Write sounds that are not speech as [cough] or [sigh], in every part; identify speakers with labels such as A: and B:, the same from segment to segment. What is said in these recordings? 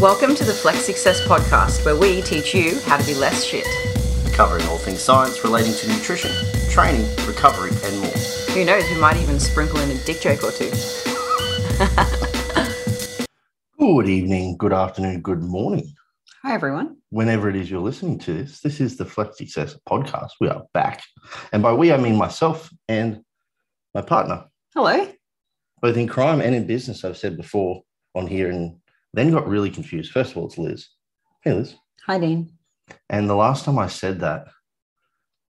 A: Welcome to the Flex Success Podcast, where we teach you how to be less shit.
B: covering all things science relating to nutrition, training, recovery, and more.
A: Who knows, we might even sprinkle in a dick joke or two.
B: Good evening, good afternoon, good morning.
A: Hi, everyone.
B: Whenever it is you're listening to this, this is the Flex Success podcast. We are back. And by we, I mean myself and my partner,
A: Hello.
B: both in crime and in business, I've said before on here and then got really confused. First of all, it's Liz. Hey, Liz.
A: Hi, Dean.
B: And the last time I said that,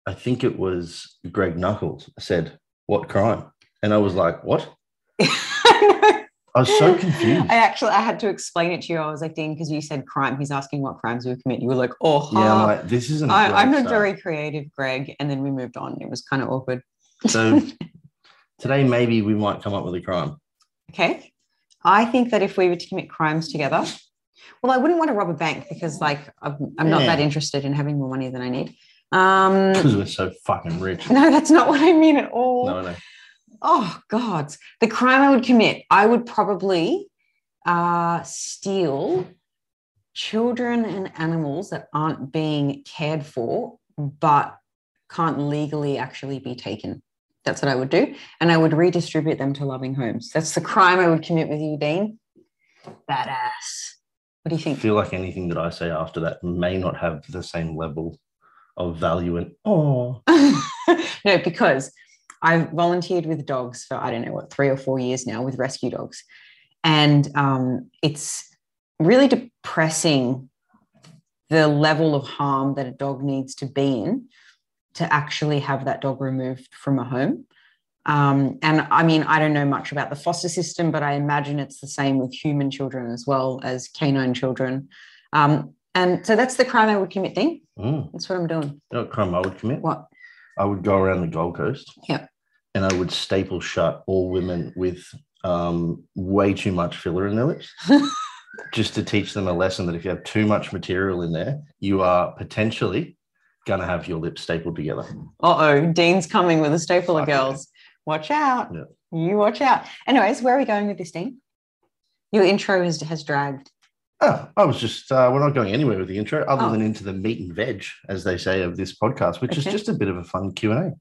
B: I think it was Greg Knuckles said, What crime? And I was like, What?
A: [laughs] I
B: I was [laughs] so
A: I
B: confused.
A: actually I had to explain it to you. I was like, Dean, because you said crime. He's asking what crimes we commit. You were like, oh,
B: Yeah, I'm
A: huh.
B: like, this isn't.
A: I, I'm
B: great
A: not very creative, Greg. And then we moved on. It was kind of awkward. [laughs]
B: stuff. So today, maybe we might come up with a crime.
A: Okay. I think that if we were to commit crimes together, well, I wouldn't want to rob a bank because, like, I'm, I'm not
B: Yeah.
A: that interested in having more money than I need. Um, [laughs]
B: Because we're so fucking rich.
A: no, that's not what I mean at all.
B: No, no.
A: Oh, God. The crime I would commit, I would probably uh, steal children and animals that aren't being cared for, but can't legally actually be taken. That's what I would do. And I would redistribute them to loving homes. That's the crime I would commit with you, Dean. Badass. What do you
B: I
A: think?
B: feel like anything that I say after that may not have the same level of value and oh.
A: no, because I've volunteered with dogs for I don't know what three or four years now with rescue dogs, and um, it's really depressing the level of harm that a dog needs to be in to actually have that dog removed from a home. Um, and I mean, I don't know much about the foster system, but I imagine it's the same with human children as well as canine children. Um, and so that's the crime I would commit thing.
B: Mm.
A: That's what I'm doing.
B: You know what crime I would commit?
A: What?
B: I would go around the Gold Coast.
A: Yep.
B: And I would staple shut all women with um, way too much filler in
A: [laughs]
B: their lips. just to teach them a lesson that if you have too much material in there, you are potentially going to have your lips stapled together.
A: Uh oh, Dean's coming with a staple of
B: Fuck yeah.
A: girls. Watch out.
B: Yeah.
A: You watch out. Anyways, where are we going with this, Dean? Your intro has, has dragged.
B: Oh, I was just, uh, we're not going anywhere with the intro other
A: Oh.
B: than into the meat and veg, as they say, of this podcast, which
A: Okay.
B: is just a bit of a fun Q&A.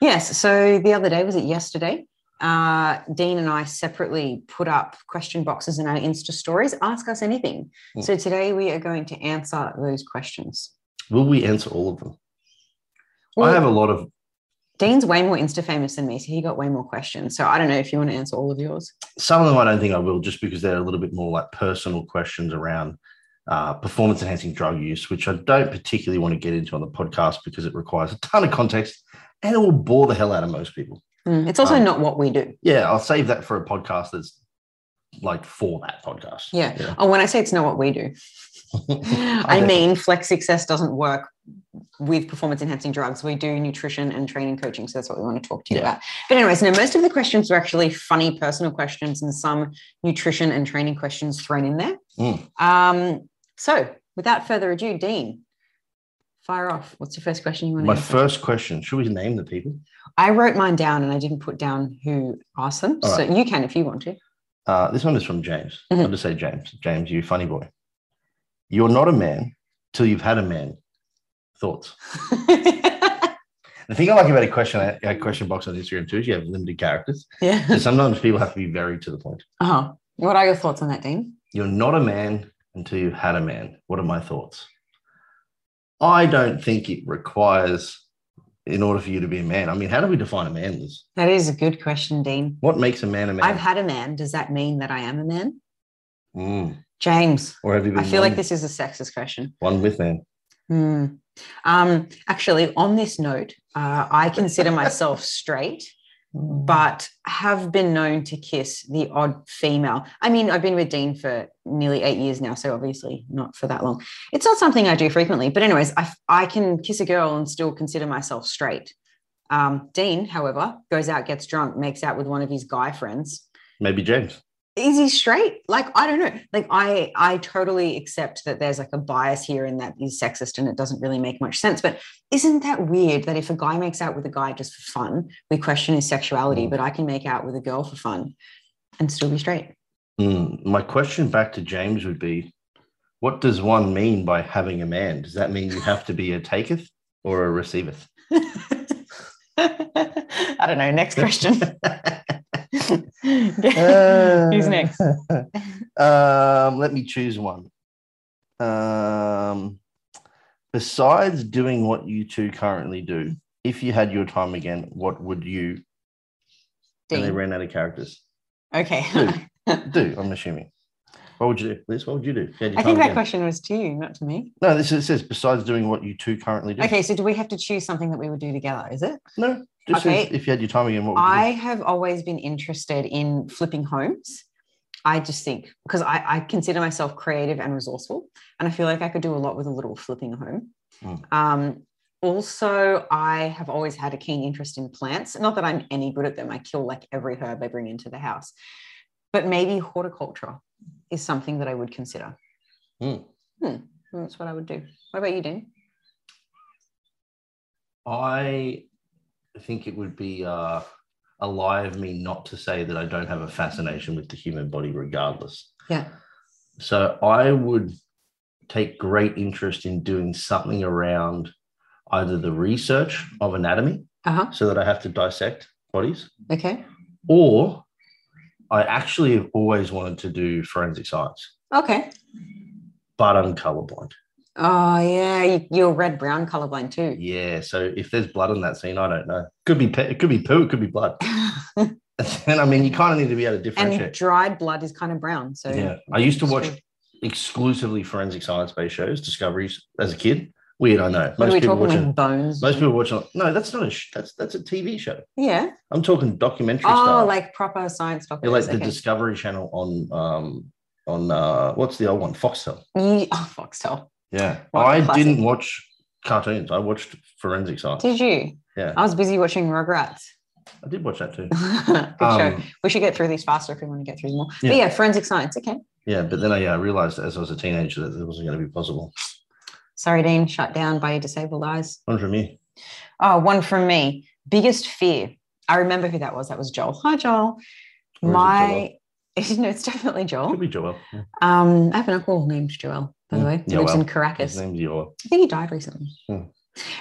A: Yes. So the other day, was it yesterday? Uh, Dean and I separately put up question boxes in our Insta stories. Ask us anything.
B: Mm.
A: So today we are going to answer those questions.
B: Will we answer all of them? I
A: Well,
B: have a lot of,
A: Dean's way more Insta famous than me, so he got way more questions. So I don't know if you want to answer all of yours.
B: some of them I don't think I will just because they're a little bit more like personal questions around uh, performance enhancing drug use, which I don't particularly want to get into on the podcast because it requires a ton of context and it will bore the hell out of most people.
A: Mm, It's also
B: Um,
A: not what we do.
B: Yeah, I'll save that for a podcast that's like for that podcast.
A: Yeah.
B: Yeah.
A: Oh, when I say it's not what we
B: [laughs]
A: do, I
B: Okay.
A: mean, flex success doesn't work with performance enhancing drugs. We do nutrition and training coaching. So that's what we want to talk to you
B: Yeah.
A: about. But, anyways, no, most of the questions were actually funny personal questions and some nutrition and training questions thrown in there.
B: Mm.
A: Um, so, without further ado, Dean, fire off. What's the first question you want to
B: My
A: answer?
B: first question should we name the people?
A: I wrote mine down and I didn't put down who asked them.
B: All
A: so, you can if you want to. [laughs]
B: Uh, this one is from James.
A: Mhm.
B: I'll just say James. James, you funny boy. You're not a man till you've had a man. Thoughts. The thing I like about a question a question box on Instagram too is you have limited
A: [laughs]
B: characters.
A: yeah.
B: So sometimes people have to be very to the point.
A: Uh-huh. What are your thoughts on that, Dean?
B: You're not a man until you've had a man. What are my thoughts? I don't think it requires in order for you to be a man. I mean, how do we define a man, Liz?
A: That is a good question, Dean.
B: What makes a man a man?
A: I've had a man. Does that mean that I am a man?
B: Mm.
A: James,
B: Or have you been
A: I feel like
B: one-
A: this is a sexist question.
B: one with man?
A: Hmm. Um, actually, on this note, uh, I consider myself straight, but have been known to kiss the odd female. I mean, I've been with Dean for nearly eight years now, so obviously not for that long. It's not something I do frequently, but, anyways, I, I can kiss a girl and still consider myself straight. Um, Dean, however, goes out, gets drunk, makes out with one of his guy friends.
B: Maybe James.
A: is he straight like i don't know like i i totally accept that there's like a bias here and that is sexist and it doesn't really make much sense but isn't that weird that if a guy makes out with a guy just for fun we question his sexuality
B: Mm.
A: but i can make out with a girl for fun and still be straight [laughs]
B: Hmm. Mm, My question back to James would be What does one mean by having a man? Does that mean you have to be a taketh or a receiveth? [laughs]
A: I don't know. Next question.
B: [laughs]
A: [laughs]
B: Uh,
A: Who's next?
B: [laughs] Um, let me choose one. Um, besides doing what you two currently do, if you had your time again, what would you? And they
A: Dean.
B: ran out
A: [laughs]
B: of characters.
A: Okay.
B: Who? Do I'm assuming. What would you do, Liz? What would you do? if you had your
A: I think
B: time
A: that
B: again?
A: question was to you, not to me.
B: No, this is, it says besides doing what you two currently do.
A: Okay, so do we have to choose something that we would do together? Is it?
B: No, just
A: Okay.
B: says if you had your time again, what would you do?
A: I have always been interested in flipping homes. I just think because I, I consider myself creative and resourceful, and I feel like I could do a lot with a little flipping a home.
B: Mm.
A: Um, also, I have always had a keen interest in plants. Not that I'm any good at them, I kill like every herb I bring into the house, but maybe horticulture is something that I would consider.
B: Mm.
A: Hmm. That's what I would do. What about you, Dean?
B: I think it would be uh, a lie of me not to say that I don't have a fascination with the human body, regardless.
A: Yeah.
B: So I would take great interest in doing something around either the research of anatomy,
A: Uh huh.
B: so that I have to dissect bodies,
A: Okay.
B: or I actually have always wanted to do forensic science,
A: Okay.
B: but I'm colorblind.
A: Oh yeah, you- you're red brown colorblind too.
B: Yeah. So if there's blood in that scene, I don't know. Could be pe- it could be poo, it could be blood.
A: [coughs]
B: [laughs] And I mean, you kind of need to be able to differentiate.
A: and dried blood is kind of brown. So
B: Yeah, I used to
A: it's
B: watch
A: true.
B: exclusively forensic science-based shows, discoveries, as a kid. Weird, I know.
A: What are
B: Most
A: we
B: people
A: talking
B: watch
A: like
B: it.
A: bones?
B: Most people watch it. No, that's not a. Sh- that's that's a TV show.
A: yeah.
B: I'm talking documentary
A: Oh,
B: style.
A: like proper science documentaries.
B: You're like the
A: okay.
B: Discovery Channel on um on uh what's the old one Foxtel.
A: You- oh, Foxtel.
B: Yeah,
A: What a
B: I
A: classic.
B: didn't watch cartoons. I watched forensic science.
A: Did you?
B: Yeah.
A: I was busy watching Rugrats. [laughs]
B: I did watch that too.
A: Good show.
B: Um,
A: We should get through these faster if we want to get through them all.
B: Yeah.
A: But yeah, forensic science. Okay.
B: yeah, but then I uh, realized as I was a teenager that it wasn't going to be possible.
A: Sorry, Dean, shut down by your disabled eyes.
B: One from you.
A: Oh, one from me. Biggest fear. I remember who that was. That was Joel. Hi, Joel.
B: Or is it
A: My, [laughs] no, it's definitely Joel.
B: Could be Joel. Yeah.
A: Um, I have an uncle named Joel, by the
B: Mm,
A: way. He
B: yeah,
A: lives in
B: well, His
A: Caracas. I
B: name's Joel.
A: think he died recently.
B: Hmm.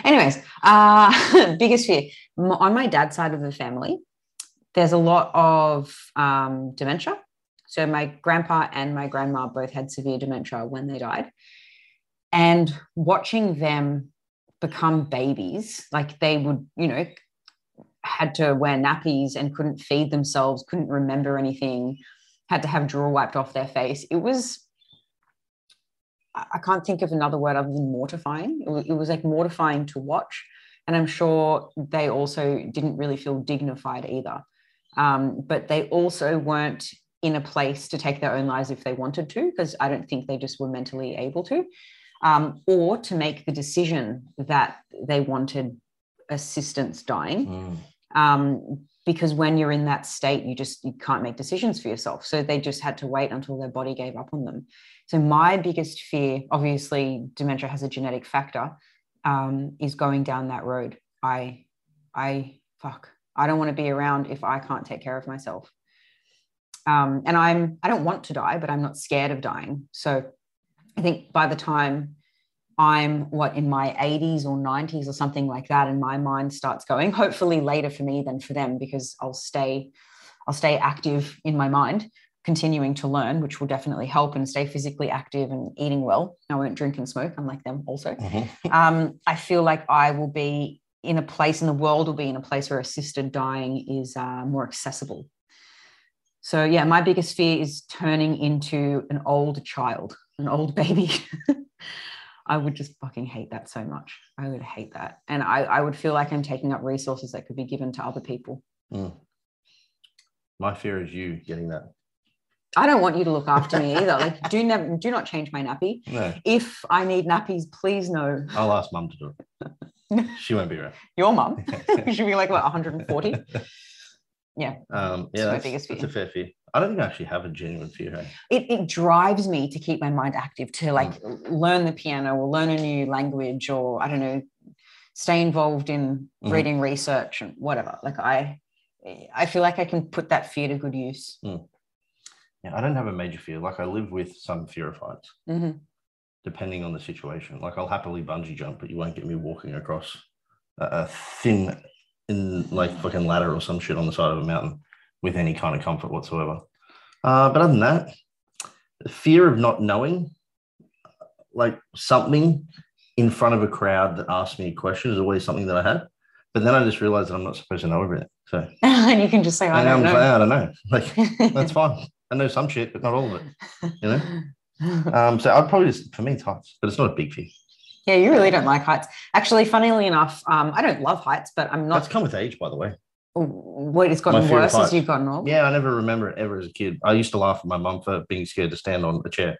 A: Anyways, uh, [laughs] biggest fear M- on my dad's side of the family, there's a lot of um, dementia. So my grandpa and my grandma both had severe dementia when they died, and watching them become babies, like they would, you know, had to wear nappies and couldn't feed themselves, couldn't remember anything, had to have drool wiped off their face. It was, I I can't think of another word other than mortifying. It wa- it was like mortifying to watch. And I'm sure they also didn't really feel dignified either. Um, but they also weren't in a place to take their own lives if they wanted to, because I don't think they just were mentally able to, um, or to make the decision that they wanted assistance dying
B: Mm.
A: um, because when you're in that state, you just you can't make decisions for yourself. So they just had to wait until their body gave up on them. So my biggest fear, obviously, dementia has a genetic factor, um, is going down that road. I, I fuck, I don't want to be around if I can't take care of myself. Um, and I'm I don't want to die, but I'm not scared of dying. So I think by the time I'm what in my 80s or 90s or something like that, and my mind starts going. Hopefully later for me than for them, because I'll stay, I'll stay active in my mind, continuing to learn, which will definitely help, and stay physically active and eating well. I won't drink and smoke, unlike them. Also,
B: Mhm.
A: um, I feel like I will be in a place, and the world will be in a place where assisted dying is uh, more accessible. So yeah, my biggest fear is turning into an old child, an old baby. [laughs] I would just fucking hate that so much. I would hate that, and I, I would feel like I'm taking up resources that could be given to other people.
B: My fear is you getting that.
A: I don't want you to look after me either. Like, do never, do not change my nappy.
B: No,
A: If I need nappies, please know
B: I'll ask mum to do
A: [laughs]
B: it. she won't be around.
A: your mum. [laughs] She'll be like what 140.
B: Um,
A: my
B: yeah, that's,
A: biggest
B: that's
A: fear.
B: a fair fear. I don't think I actually have a genuine fear. Hey?
A: it, it drives me to keep my mind active to like
B: Mm.
A: learn the piano or learn a new language or i don't know stay involved in
B: Mhm.
A: reading research and whatever like i i feel like i can put that fear to good use
B: Yeah, I don't have a major fear. Like I live with some fear of heights,
A: Mhm.
B: depending on the situation. Like I'll happily bungee jump, but you won't get me walking across a, a thin, in like fucking ladder or some shit on the side of a mountain with any kind of comfort whatsoever. Uh, but other than that, the fear of not knowing, like something in front of a crowd that asks me a question is always something that I had. But then I just realized that I'm not supposed to know everything. So
A: [laughs] and you can just say, I
B: and I'm
A: don't
B: like,
A: know.
B: I don't know. [laughs]
A: [laughs]
B: Like that's fine. I know some shit, but not all of it. You know. Um, so I'd probably just for me it's heights, but it's not a big fear.
A: yeah, you really don't like heights. Actually, funnily enough, um, I don't love heights, but I'm
B: That's
A: not.
B: come with age, by the way.
A: What it's gotten
B: fear of
A: worse as
B: heights.
A: you've gotten older.
B: Yeah, I never remember it ever as a kid. I used to laugh at my mum for being scared to stand on a chair.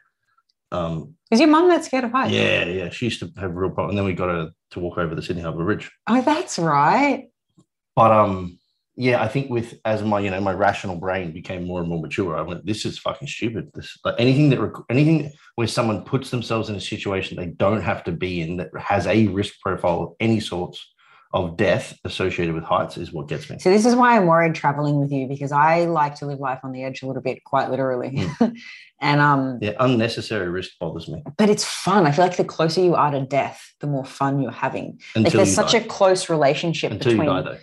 B: Um,
A: Is your mum that scared of heights?
B: yeah, yeah, she used to have real problems, and then we got her to walk over the Sydney Harbour Bridge.
A: Oh, that's right.
B: But um, yeah, I think with as my you know my rational brain became more and more mature, I went, this is fucking stupid. This like anything that requ- anything where someone puts themselves in a situation they don't have to be in that has a risk profile of any sorts of death associated with heights is what gets me.
A: So this is why I'm worried traveling with you because I like to live life on the edge a little bit, quite literally. [laughs] and um,
B: Hmm. Yeah, unnecessary risk bothers me
A: but it's fun. I feel like the closer you are to death, the more fun you're having. Like
B: until
A: there's
B: you
A: such
B: die.
A: a close relationship
B: until
A: between.
B: you die though.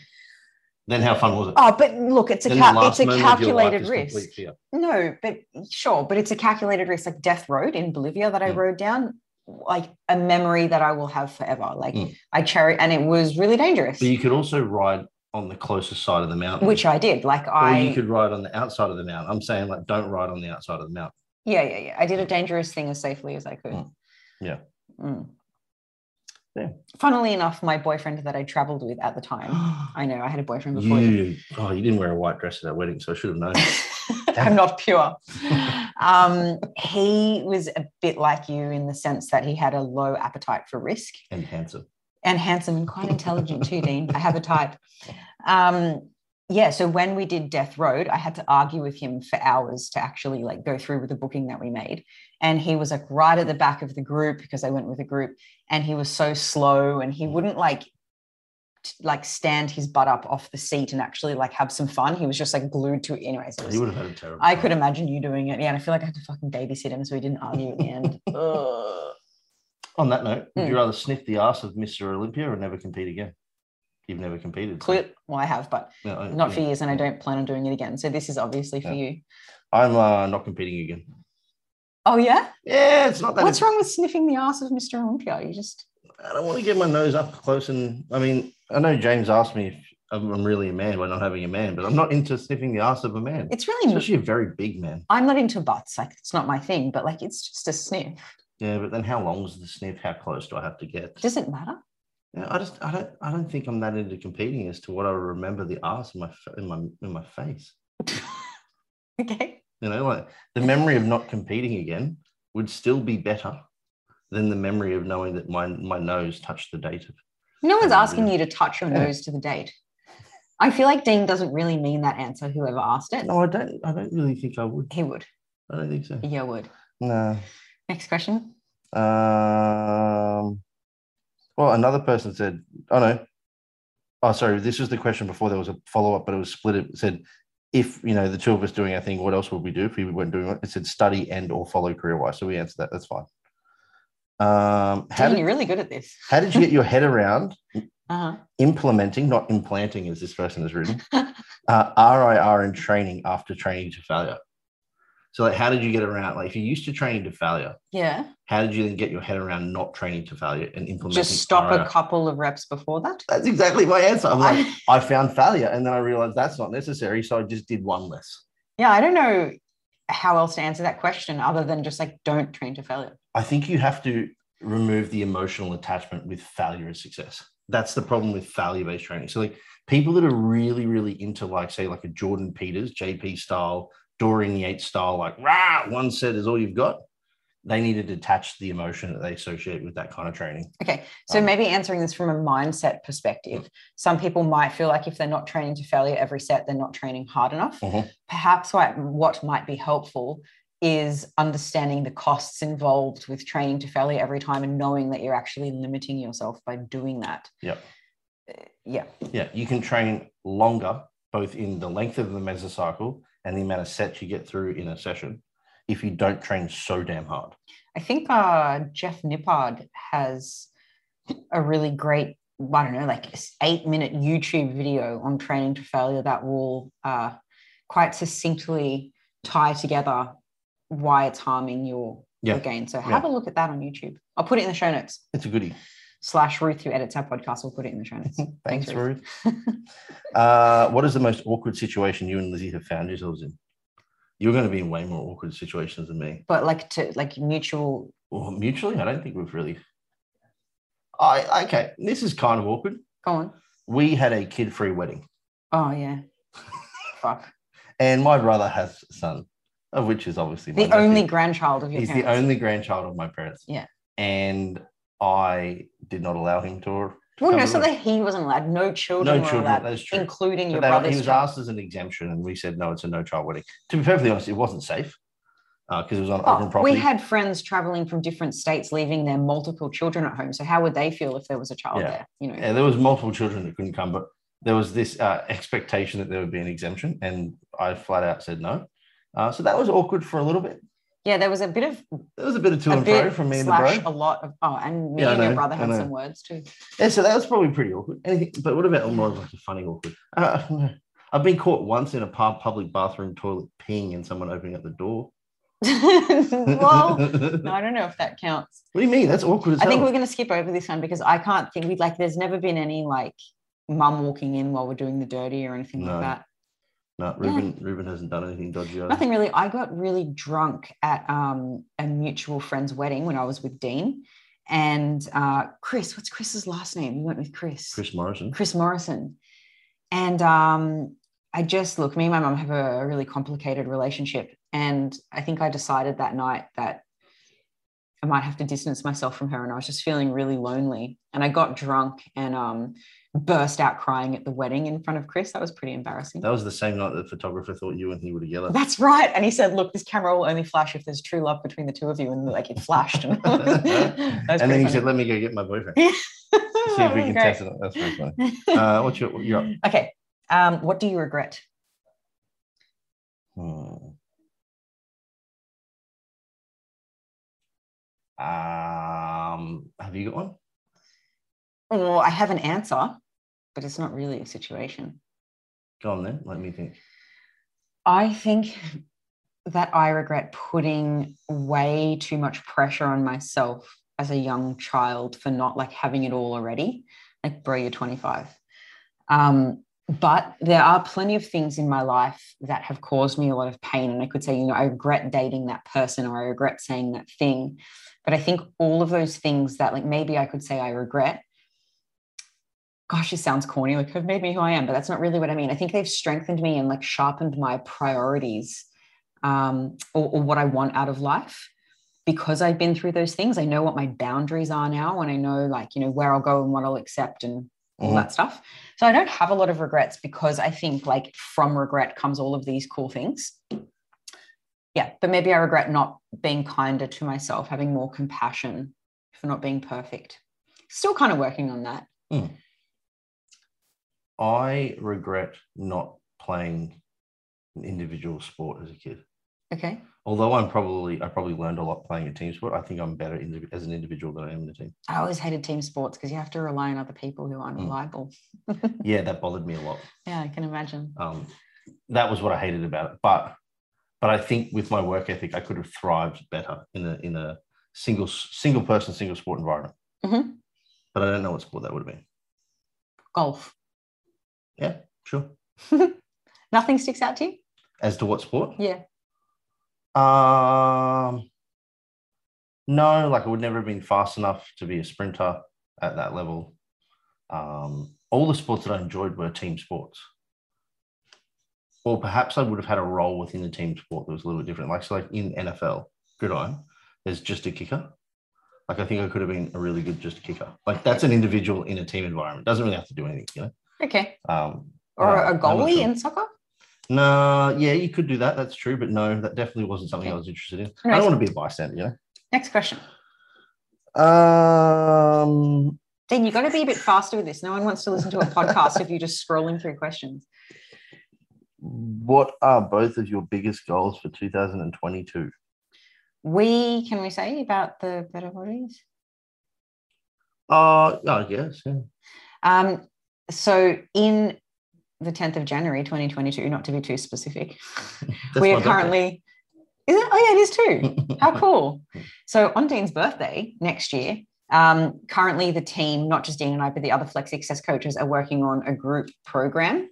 B: Then how fun was it?
A: Oh, but look, it's a
B: Then
A: cal-
B: the
A: it's a
B: moment of your life
A: calculated
B: is
A: risk.
B: complete fear.
A: No, but sure, but it's a calculated risk, like Death Road in Bolivia that I
B: Mm.
A: rode down, like a memory that I will have forever. Like
B: Mm.
A: I cherry, and it was really dangerous,
B: But you could also ride on the closest side of the mountain,
A: which I did. Like
B: or
A: I,
B: you could ride on the outside of the mountain. I'm saying like don't ride on the outside of the mountain.
A: yeah, yeah, yeah. I did a dangerous thing as safely as I could.
B: Mm. Yeah.
A: Mm.
B: Yeah.
A: Funnily enough, my boyfriend that I traveled with at the
B: [gasps]
A: time, I know I had a boyfriend [gasps] before you.
B: you, oh, you didn't wear a white dress at that wedding, so I should have known.
A: [laughs] I'm not
B: [laughs]
A: pure. Um, he was a bit like you in the sense that he had a low appetite for risk.
B: and handsome.
A: and handsome and quite intelligent too, Dean. I have a type. Um, yeah, so when we did Death Road, I had to argue with him for hours to actually like go through with the booking that we made. And he was like right at the back of the group because I went with a group, and he was so slow and he wouldn't like t- like stand his butt up off the seat and actually like have some fun. He was just like glued to it anyways. It was-
B: He would have had a terrible.
A: I
B: time.
A: could imagine you doing it. Yeah, and I feel like I had to fucking babysit him so he didn't argue at the end. Ugh.
B: On that note, would
A: Mm.
B: you rather sniff the ass of Mr. Olympia or never compete again? You've never competed. so-
A: Clear. Well, I have, but
B: No, I-
A: not for
B: yeah.
A: years and I don't plan on doing it again. So this is obviously for you.
B: I'm uh, not competing again.
A: Oh yeah?
B: Yeah, it's not that.
A: What's wrong with sniffing the ass of Mr. Olympia? You just
B: I don't want to get my nose up close and I mean, I know James asked me if I'm I'm really a man by not having a man, but I'm not into sniffing the ass of a man,
A: it's really
B: especially a very big man.
A: I'm not into butts. Like it's not my thing, but like it's just a sniff.
B: Yeah, but then how long is the sniff? How close do I have to get?
A: Does it matter? [laughs]
B: Yeah, I just I don't I don't think I'm that into competing as to what I remember the ass in my fa- in my in my face.
A: Okay.
B: You know, like the memory of not competing again would still be better than the memory of knowing that my my nose touched the date of.
A: No one's
B: Yeah.
A: asking you to touch your
B: Yeah.
A: nose to the date. I feel like Dean doesn't really mean that answer, whoever asked it.
B: No, I don't I don't really think I would.
A: He would.
B: I don't think so.
A: Yeah, would.
B: No.
A: Next question.
B: Um, well, another person said, "Oh no, oh sorry, this was the question before there was a follow up, but it was split. It said, if you know the two of us doing our thing, what else would we do if we weren't doing it? It said study and or follow career wise. So we answered that. That's fine. Um, how
A: Dean,
B: did,
A: you're really good at this.
B: how did you get your head around
A: Uh-huh.
B: implementing, not implanting, as this person has written, uh, RIR and training after training to failure? So like, how did you get around? Like, if you're used to training to failure,
A: Yeah.
B: how did you then get your head around not training to failure and implementing?
A: Just stop
B: RIR?
A: a couple of reps before that.
B: That's exactly my answer. I'm [laughs] like,
A: I-
B: I found failure, and then I realized that's not necessary, so I just did one less.
A: yeah, I don't know how else to answer that question other than just like don't train to failure.
B: I think you have to remove the emotional attachment with failure and success. That's the problem with failure-based training. So, like people that are really, really into, like, say, like a Jordan Peters, JP style, Dorian Yates style, like, rah, one set is all you've got. They need to detach the emotion that they associate with that kind of training.
A: Okay, so
B: Um,
A: maybe answering this from a mindset perspective, some people might feel like if they're not training to failure every set, they're not training hard enough.
B: Mhm.
A: Perhaps what, what might be helpful is understanding the costs involved with training to failure every time and knowing that you're actually limiting yourself by doing that.
B: Yep.
A: Uh, Yeah.
B: Yeah, you can train longer, both in the length of the mesocycle and the amount of sets you get through in a session. if you don't train so damn hard.
A: I think uh, Jeff Nippard has a really great, I don't know, like eight minute YouTube video on training to failure that will uh, quite succinctly tie together why it's harming your, your
B: Yeah.
A: gain. So have a look at that on YouTube. I'll put it in the show notes.
B: It's a goodie.
A: Slash Ruth, who edits our podcast, will put it in the show notes.
B: [laughs] Thanks,
A: Ruth.
B: Ruth.
A: [laughs]
B: uh, what is the most awkward situation you and Lizzie have found yourselves in? You're going to be in way more awkward situations than me.
A: But like to like mutual.
B: Well, mutually, I don't think we've really. I okay. This is kind of awkward.
A: Go on.
B: We had a kid-free wedding,
A: Oh yeah. Fuck.
B: and my brother has a son, of which is obviously my
A: The
B: nephew.
A: only grandchild of your
B: He's
A: parents.
B: the only grandchild of my parents.
A: Yeah.
B: and I did not allow him to.
A: Well, no,
B: come
A: so
B: over.
A: that he wasn't allowed. No children
B: no
A: were
B: children.
A: allowed,
B: That's true.
A: including your
B: But they-
A: brother's.
B: he was
A: child.
B: asked as an exemption, and we said no, it's a no child wedding. To be perfectly honest, it wasn't safe because it was on
A: Oh,
B: open property.
A: we had friends traveling from different states, leaving their multiple children at home. So how would they feel if there was a child
B: Yeah.
A: there? You know,
B: yeah, there was multiple children that couldn't come, but there was this uh, expectation that there would be an exemption, and I flat out said no. Uh, so that was awkward for a little bit.
A: yeah, there was a bit of
B: There was a bit of to
A: a
B: and
A: bit
B: fro from me and the
A: slash
B: bro.
A: a lot of oh, and me
B: Yeah, I
A: and your
B: know,
A: brother
B: I
A: had
B: know.
A: some words too. [laughs]
B: Yeah, so that was probably pretty awkward. Anything, but what about more of like a funny awkward? Uh, [laughs] I've been caught once in a pub public bathroom toilet peeing and someone opening up the door.
A: well, no,
B: [laughs] what
A: I don't know if that counts.
B: do you mean? That's awkward as
A: I think
B: hell.
A: we're going to skip over this one because I can't think we like. There's never been any like mum walking in while we're doing the dirty or anything
B: No.
A: like that.
B: No, Ruben, Ruben hasn't done anything dodgy. either.
A: Nothing really. I got really drunk at um, a mutual friend's wedding when I was with Dean and uh, Chris. What's Chris's last name? You went with Chris.
B: Chris Morrison.
A: Chris Morrison. And um, I just look, me and my mum have a really complicated relationship. And I think I decided that night that I might have to distance myself from her. And I was just feeling really lonely. And I got drunk and um, burst out crying at the wedding in front of Chris. That was pretty embarrassing.
B: That was the same night the photographer thought you and he were together.
A: That's right. And he said, Look, this camera will only flash if there's true love between the two of you. And like it flashed. [laughs] and
B: and then he said, "Let me go get my
A: [laughs]
B: boyfriend.
A: Oh,
B: See if we can test it." out." That's pretty funny. Uh, what's your you're up?
A: Okay. Um, what do you regret?
B: Hmm. Um, have you got one?
A: Well, I have an answer, but it's not really a situation.
B: Go on then. Let me think.
A: I think that I regret putting way too much pressure on myself as a young child for not like having it all already. Like, bro, you're 25. Um, but there are plenty of things in my life that have caused me a lot of pain. And I could say, you know, I regret dating that person or I regret saying that thing. But I think all of those things that, like, maybe I could say I regret. Gosh, this sounds corny. Like, have made me who I am, but that's not really what I mean. I think they've strengthened me and, like, sharpened my priorities um, or, or what I want out of life. Because I've been through those things, I know what my boundaries are now. And I know, like, you know, where I'll go and what I'll accept and all
B: Mhm.
A: that stuff. So I don't have a lot of regrets because I think like from regret comes all of these cool things. Yeah, but maybe I regret not being kinder to myself, having more compassion for not being perfect. Still kind of working on that.
B: I regret not playing an individual sport as a kid.
A: Okay.
B: Although I'm probably I probably learned a lot playing a team sport. I think I'm better indiv- as an individual than I am in a team.
A: I always hated team sports because you have to rely on other people who aren't
B: Mm.
A: reliable.
B: Yeah, that bothered me a lot.
A: Yeah, I can imagine.
B: um, that was what I hated about it. But but I think with my work ethic, I could have thrived better in a in a single single person single sport environment.
A: Mhm.
B: But I don't know what sport that would have been.
A: Golf.
B: Sure.
A: Nothing sticks out to you?
B: As to what sport?
A: Yeah.
B: Um, no, like I would never have been fast enough to be a sprinter at that level. Um, all the sports that I enjoyed were team sports. Or perhaps I would have had a role within the team sport that was a little bit different. Like, so like in NFL, gridiron, there's just a kicker. Like, I think I could have been a really good just kicker. Like, that's an individual in a team environment. Doesn't really have to do anything, you know?
A: Okay.
B: Um,
A: Or
B: Yeah,
A: a
B: I'm not
A: goalie
B: sure.
A: in soccer?
B: no, yeah, you could do that. That's true. But no, that definitely wasn't something I
A: Okay.
B: was interested in. I
A: Nice.
B: don't want to be a bystander, you know?
A: Next question.
B: Um,
A: Dean, you got to be a bit faster with this. No one wants to listen to a podcast if you're just scrolling through questions.
B: what are both of your biggest goals for 2022?
A: we can we say about the better bodies?
B: Uh, I guess, yeah.
A: Um, so in the 10th of January 2022, not to be too specific, we
B: That's my
A: are
B: birthday.
A: currently. Is it? Oh yeah, it is too.
B: [laughs]
A: How cool. So on Dean's birthday next year, um, currently the team, not just Dean and I, but the other Flex Success coaches are working on a group program.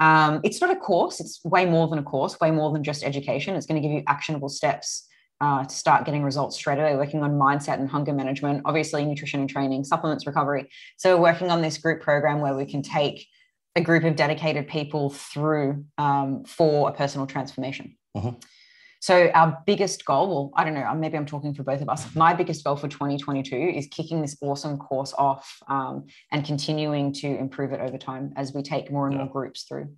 A: Um, it's not a course, it's way more than a course, way more than just education. It's going to give you actionable steps uh, to start getting results straight away, working on mindset and hunger management, obviously nutrition and training, supplements, recovery. So we're working on this group program where we can take a group of dedicated people through um, for a personal transformation.
B: Mhm.
A: So our biggest goal, well, I don't know, um, maybe I'm talking for both of us. My biggest goal for 2022 is kicking this awesome course off um, and continuing to improve it over time as we take more and more groups through.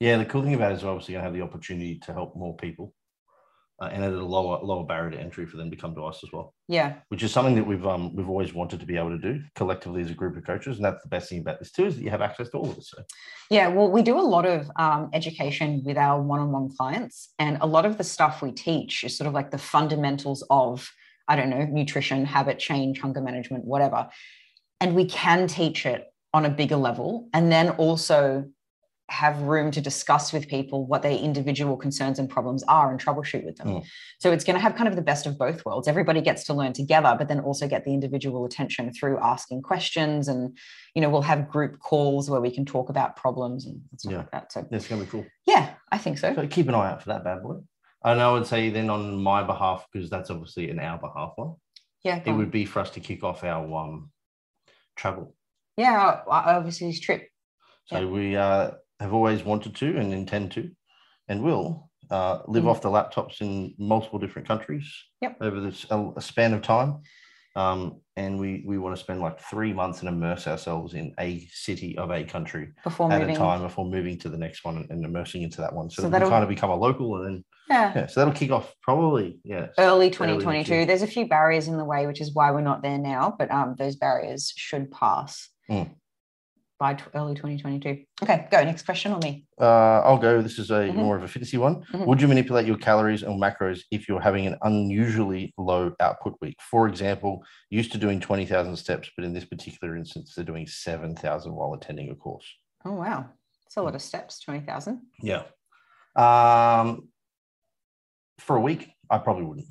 B: Yeah, the cool thing about it is obviously I have the opportunity to help more people, uh, and at a lower lower barrier to entry for them to come to us as well,
A: Yeah,
B: which is something that we've um we've always wanted to be able to do collectively as a group of coaches, and that's the best thing about this too is that you have access to all of us. So
A: Yeah, well, we do a lot of um, education with our one on one clients, and a lot of the stuff we teach is sort of like the fundamentals of, I don't know, nutrition, habit change, hunger management, whatever. And we can teach it on a bigger level and then also have room to discuss with people what their individual concerns and problems are and troubleshoot with them.
B: Mm.
A: So it's going to have kind of the best of both worlds. Everybody gets to learn together, but then also get the individual attention through asking questions and you know, we'll have group calls where we can talk about problems and stuff
B: Yeah.
A: like that. So
B: yeah, it's going to be cool.
A: yeah, I think so.
B: So keep an eye out for that bad boy. And I would say then on my behalf, because that's obviously an our behalf one,
A: Yeah,
B: it
A: go on.
B: would be for us to kick off our um travel.
A: yeah. o- Obviously, this trip.
B: So
A: Yeah.
B: we uh, have always wanted to and intend to and will uh, live
A: Mhm.
B: off the laptops in multiple different countries
A: Yep.
B: over this a, a span of time. Um, and we, we want to spend like three months and immerse ourselves in a city of a country
A: before
B: at
A: moving.
B: a time before moving to the next one and, and immersing into that one.
A: So
B: So, that we
A: that'll-
B: kind of become a local and then,
A: Yeah.
B: yeah, so that'll kick off probably, yeah.
A: Early
B: next year.
A: 2022. There's a few barriers in the way, which is why we're not there now. But um, those barriers should pass
B: Mm.
A: by t- early 2022. Okay, go next question on me.
B: Uh, I'll go. This is a
A: Mhm.
B: more of a fitnessy one.
A: Mhm.
B: Would you manipulate your calories or macros if you're having an unusually low output week? For example, used to doing 20,000 steps, but in this particular instance, they're doing 7,000 while attending a course.
A: Oh wow, it's a lot of steps. Twenty thousand.
B: Yeah. Um, for a week, I probably wouldn't.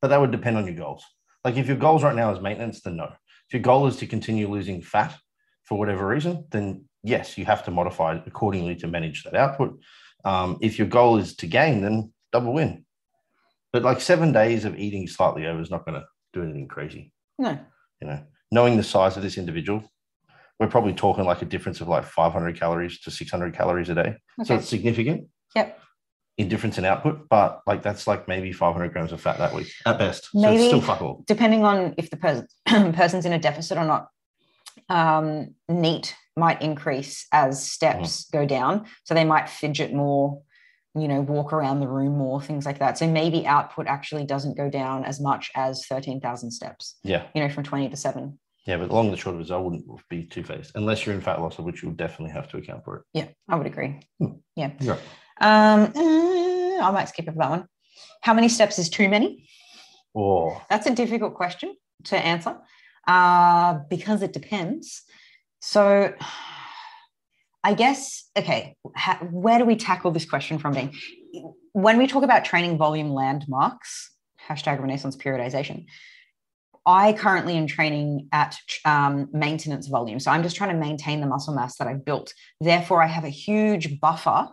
B: But that would depend on your goals. Like if your goals right now is maintenance, then no. If your goal is to continue losing fat for whatever reason, then yes, you have to modify it accordingly to manage that output. Um, if your goal is to gain, then double win. But like seven days of eating slightly over is not going to do anything crazy.
A: No.
B: You know, knowing the size of this individual, we're probably talking like a difference of like 500 calories to 600 calories a day. So
A: Okay.
B: it's significant.
A: Yep.
B: In difference in output, but like that's like maybe 500 grams of fat that week at best. So
A: Maybe-
B: it's still fuck all.
A: depending on if the person [clears throat] person's in a deficit or not, um, neat might increase as steps
B: Mm.
A: go down. So they might fidget more, you know, walk around the room more, things like that. So maybe output actually doesn't go down as much as thirteen thousand steps.
B: Yeah.
A: You know, from twenty to seven.
B: Yeah. But long and short of it is I wouldn't be two faced unless you're in fat loss, of which you'll definitely have to account for it.
A: Yeah, I would agree.
B: Hmm.
A: Yeah.
B: Yeah.
A: Um, eh, I might skip over that one. How many steps is too many?
B: Or
A: That's a difficult question to answer uh, because it depends. So, I guess, okay, ha- where do we tackle this question from being? When we talk about training volume landmarks, hashtag Renaissance periodization, I currently am training at um, maintenance volume. So I'm just trying to maintain the muscle mass that I've built. Therefore, I have a huge buffer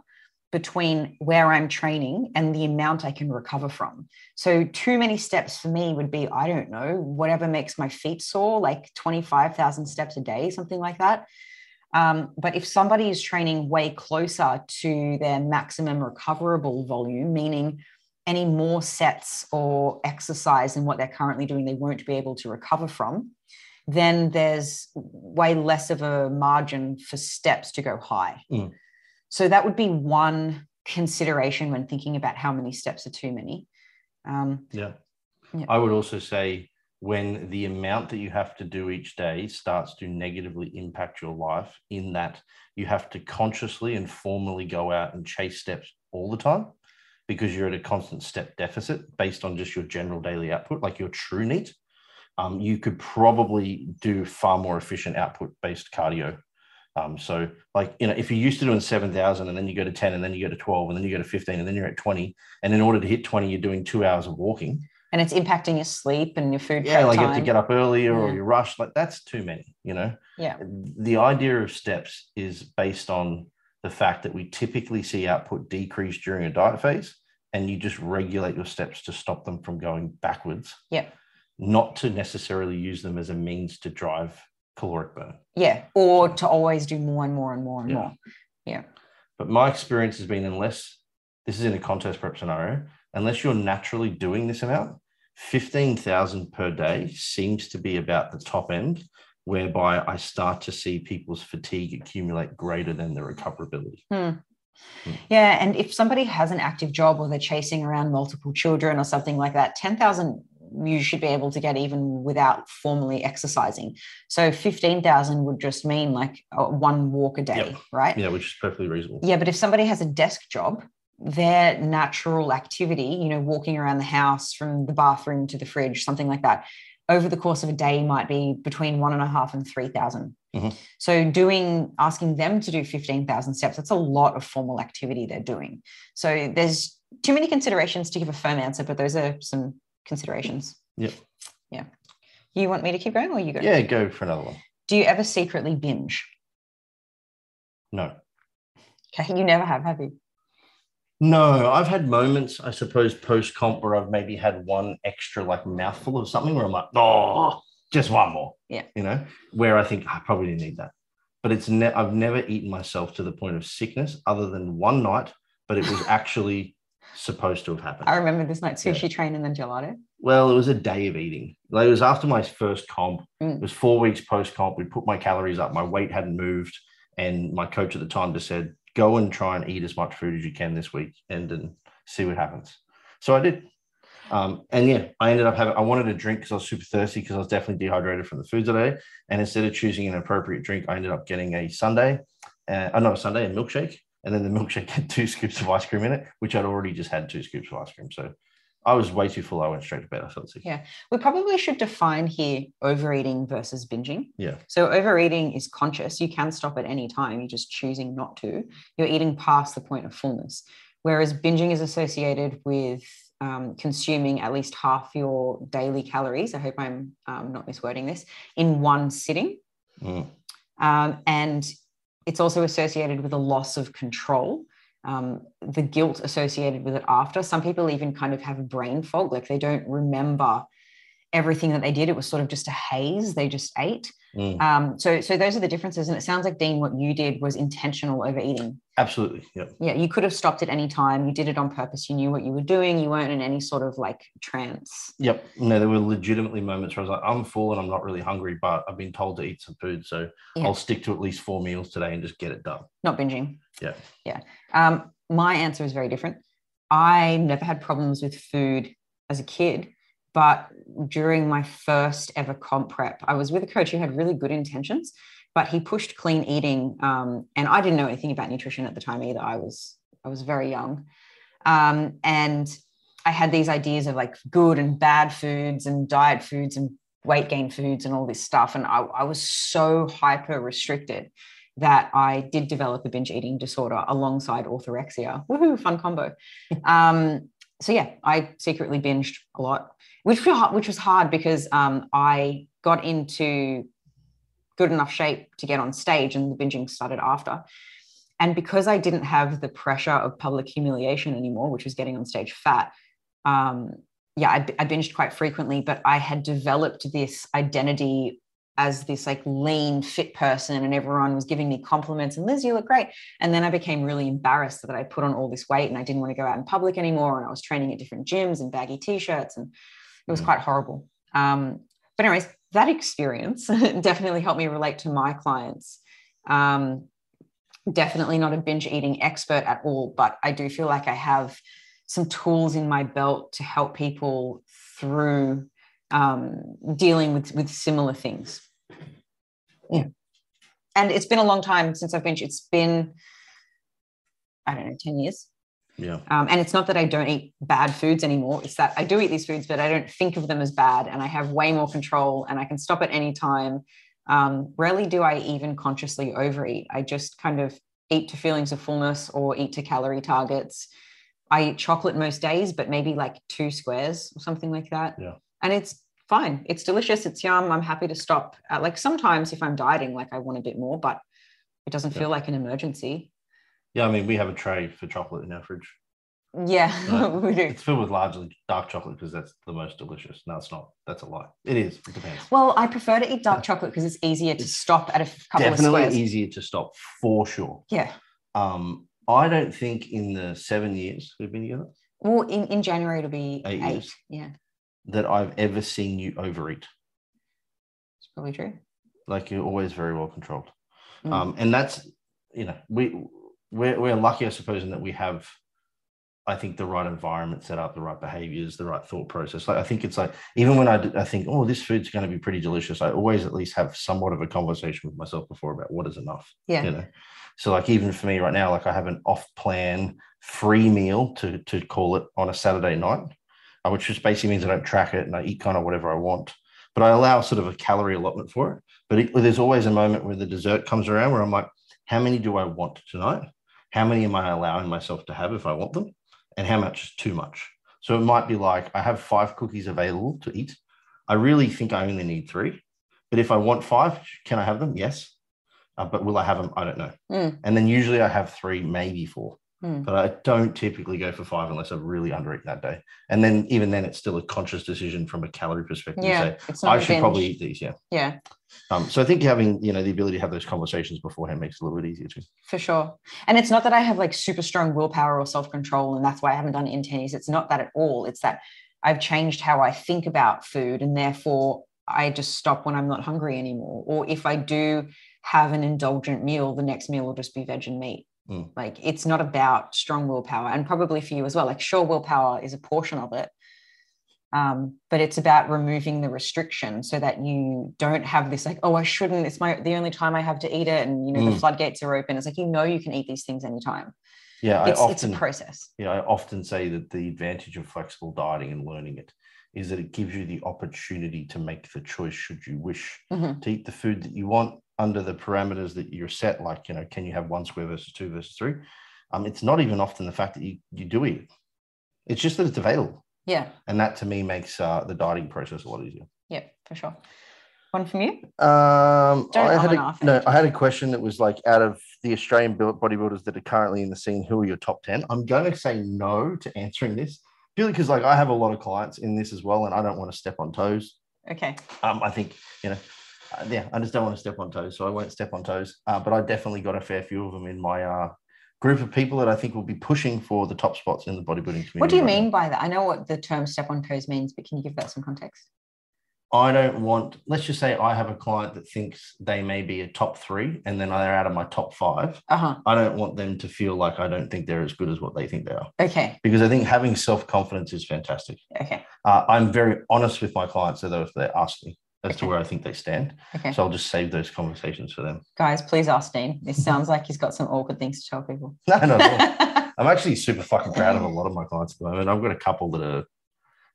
A: between where I'm training and the amount I can recover from. So too many steps for me would be, I don't know, whatever makes my feet sore, like 25,000 steps a day, something like that. Um, but if somebody is training way closer to their maximum recoverable volume, meaning any more sets or exercise than what they're currently doing, they won't be able to recover from, then there's way less of a margin for steps to go high.
B: Mm.
A: So that would be one consideration when thinking about how many steps are too many. Um,
B: yeah.
A: Yeah.
B: I would also say when the amount that you have to do each day starts to negatively impact your life, in that you have to consciously and formally go out and chase steps all the time. because you're at a constant step deficit based on just your general daily output, like your true need, um, you could probably do far more efficient output based cardio. Um, so, like, you know, if you're used to doing 7,000 and then you go to 10 and then you go to 12 and then you go to 15 and then you're at 20, and in order to hit 20, you're doing two hours of walking.
A: and it's impacting your sleep and your food.
B: Yeah,
A: prep
B: like you have to
A: time.
B: get up earlier or
A: Yeah.
B: you rush. Like, that's too many, you know?
A: Yeah.
B: The idea of steps is based on the fact that we typically see output decrease during a diet phase and you just regulate your steps to stop them from going backwards.
A: Yeah.
B: Not to necessarily use them as a means to drive caloric burn.
A: yeah, or to always do more and more and more and
B: Yeah.
A: more.
B: But my experience has been unless this is in a contest prep scenario, unless you're naturally doing this amount, 15,000 per day seems to be about the top end, whereby I start to see people's fatigue accumulate greater than the recoverability.
A: Yeah, and if somebody has an active job or they're chasing around multiple children or something like that, 10,000 you should be able to get even without formally exercising. So 15,000 would just mean like uh, one walk a day,
B: Yep.
A: right?
B: Yeah, which is perfectly reasonable.
A: Yeah, but if somebody has a desk job, their natural activity, you know, walking around the house from the bathroom to the fridge, something like that, over the course of a day might be between one and a half and 3,000.
B: Mhm.
A: So, doing asking them to do 15,000 steps, that's a lot of formal activity they're doing. So, there's too many considerations to give a firm answer, but those are some considerations.
B: Yep.
A: Yeah. You want me to keep going or you go?
B: Yeah, go for another one.
A: Do you ever secretly binge?
B: No.
A: Okay. You never have, have you?
B: No, I've had moments, I suppose, post comp where I've maybe had one extra like mouthful of something where I'm like, oh, just one more.
A: Yeah.
B: You know, where I think I probably didn't need that. But it's ne- I've never eaten myself to the point of sickness other than one night, but it was actually supposed to have happened.
A: I remember this night
B: Yeah.
A: sushi train and then gelato.
B: Well, it was a day of eating. Like it was after my first comp.
A: Mm.
B: It was four weeks post comp. We put my calories up. My weight hadn't moved, and my coach at the time just said, "Go and try and eat as much food as you can this week, and then see what happens." So I did, um, and yeah, I ended up having. I wanted a drink because I was super thirsty because I was definitely dehydrated from the food today. And instead of choosing an appropriate drink, I ended up getting a Sunday, uh, oh no, a Sunday, a milkshake, and then the [laughs] milkshake had two scoops of ice cream in it, which I'd already just had two scoops of ice cream. So. I was way too full. I went straight to bed. I felt sick.
A: Yeah. We probably should define here overeating versus binging.
B: Yeah.
A: So overeating is conscious. You can stop at any time. You're just choosing not to. You're eating past the point of fullness. Whereas binging is associated with um, consuming at least half your daily calories. I hope I'm um, not miswording this in one sitting.
B: Mm.
A: Um, and it's also associated with a loss of control. Um, the guilt associated with it after. Some people even kind of have brain fog, like they don't remember everything that they did. It was sort of just a haze. They just ate.
B: Mm.
A: Um, so, so those are the differences. And it sounds like Dean, what you did was intentional overeating.
B: Absolutely. Yeah.
A: Yeah, you could have stopped at any time. You did it on purpose. You knew what you were doing. You weren't in any sort of like trance.
B: Yep. No, there were legitimately moments where I was like, I'm full and I'm not really hungry, but I've been told to eat some food. So
A: Yeah.
B: I'll stick to at least four meals today and just get it done.
A: not binging.
B: Yeah.
A: Yeah. Um, my answer is very different. I never had problems with food as a kid, but during my first ever comp prep, I was with a coach who had really good intentions, but he pushed clean eating. Um, and I didn't know anything about nutrition at the time either. I was I was very young. Um, and I had these ideas of like good and bad foods and diet foods and weight gain foods and all this stuff. And I, I was so hyper restricted that I did develop a binge eating disorder alongside orthorexia. Woohoo, fun combo. um, so yeah, I secretly binged a lot, which was hard, which was hard because um, I got into good enough shape to get on stage, and the binging started after. And because I didn't have the pressure of public humiliation anymore, which was getting on stage fat, um, yeah, I, I binged quite frequently. But I had developed this identity as this like lean fit person and everyone was giving me compliments and liz you look great and then i became really embarrassed that i put on all this weight and i didn't want to go out in public anymore and i was training at different gyms and baggy t-shirts and it was
B: Mm.
A: quite horrible um, but anyways that experience [laughs] definitely helped me relate to my clients um, definitely not a binge eating expert at all but i do feel like i have some tools in my belt to help people through um, dealing with with similar things and it's been a long time since I've been. It's been, I don't know, ten years.
B: Yeah.
A: Um, and it's not that I don't eat bad foods anymore. It's that I do eat these foods, but I don't think of them as bad and I have way more control and I can stop at any time. Um, rarely do I even consciously overeat. I just kind of eat to feelings of fullness or eat to calorie targets. I eat chocolate most days, but maybe like two squares or something like that.
B: Yeah.
A: And it's fine. It's delicious. It's yum. I'm happy to stop. Uh, like sometimes if I'm dieting, like I want a bit more, but it doesn't
B: Yeah.
A: feel like an emergency.
B: Yeah. I mean, we have a tray for chocolate in our fridge.
A: Yeah, [laughs]
B: Right.
A: we do.
B: It's filled with largely dark chocolate because that's the most delicious. No, it's not. That's a lie. It is. It depends.
A: Well, I prefer to eat dark chocolate because it's easier to
B: It's
A: stop at a f- couple of
B: Definitely
A: squares.
B: easier to stop for sure.
A: Yeah.
B: Um, I don't think in the seven years we've been together
A: Well, in, in January it'll be
B: Eight
A: eight.
B: years.
A: Yeah,
B: that I've ever seen you overeat.
A: it's probably true.
B: Like you're always very well controlled.
A: Mm.
B: Um, and that's you know we we're, we're lucky, I suppose, in that we have. I think the right environment set up, the right behaviors, the right thought process. Like I think it's like even when I, d- I think, oh, this food's going to be pretty delicious. I always at least have somewhat of a conversation with myself before about what is enough.
A: Yeah.
B: you know so like even for me right now like i have an off plan free meal to to call it on a saturday night uh, which just basically means i don't track it and i eat kind of whatever i want but i allow sort of a calorie allotment for it but it, there's always a moment where the dessert comes around where i'm like how many do i want tonight how many am i allowing myself to have if i want them and how much is too much so it might be like i have five cookies available to eat i really think i only need three but if i want five can i have them yes uh, but will I have them? I don't know.
A: Mm.
B: And then usually I have three, maybe four,
A: Mm.
B: but I don't typically go for five unless I've really undereaten that day. And then even then, it's still a conscious decision from a calorie perspective. to
A: yeah,
B: say,
A: it's not.
B: I
A: a
B: should
A: binge.
B: probably eat these. Yeah.
A: Yeah,
B: Um, so I think having you know the ability to have those conversations beforehand makes it a little bit easier too.
A: for sure. And it's not that I have like super strong willpower or self control, and that's why I haven't done it in ten years. It's not that at all. It's that I've changed how I think about food, and therefore I just stop when I'm not hungry anymore. Or if I do have an indulgent meal, the next meal will just be veg and meat.
B: Mm.
A: Like it's not about strong willpower, and probably for you as well. Like sure, willpower is a portion of it, um, but it's about removing the restriction so that you don't have this like, oh, I shouldn't. It's my the only time I have to eat it, and you know the
B: Mm.
A: floodgates are open. It's like you know you can eat these things anytime.
B: Yeah, I
A: It's it's a
B: often
A: process.
B: yeah I often say that the advantage of flexible dieting and learning it is that it gives you the opportunity to make the choice should you wish
A: Mhm.
B: to eat the food that you want under the parameters that you're set. Like, you know, can you have one square versus two versus three? Um, it's not even often the fact that you, you do eat it. It's just that it's available.
A: Yeah,
B: And that to me makes uh, the dieting process a lot easier.
A: yeah, for sure. One from you.
B: Um,
A: Don't
B: I
A: um
B: had
A: and
B: a,
A: ah
B: no,
A: it.
B: I had a question that was like out of the Australian build- bodybuilders that are currently in the scene, who are your top 10? I'm going to say no to answering this purely because like I have a lot of clients in this as well, and I don't want to step on toes.
A: Okay.
B: Um, I think you know, uh, yeah, I just don't want to step on toes, so I won't step on toes. Uh, but I definitely got a fair few of them in my uh, group of people that I think will be pushing for the top spots in the bodybuilding community.
A: What do you
B: right now.
A: mean by that? I know what the term "step on toes" means, but can you give that some context?
B: I don't want. Let's just say I have a client that thinks they may be a top three, and then they're out of my top five.
A: Uh huh.
B: I don't want them to feel like I don't think they're as good as what they think they are,
A: Okay.
B: because I think having self confidence is fantastic.
A: Okay.
B: Uh, I'm very honest with my clients, so if they ask me as to
A: Okay.
B: where I think they stand,
A: Okay.
B: so I'll just save those conversations for them. [laughs]
A: Guys, please ask Dean. This sounds like he's got some awkward things to tell people.
B: No,
A: [laughs]
B: no, no.
A: yeah.
B: I'm actually super fucking proud of a lot of my clients at the moment. I've got a couple that are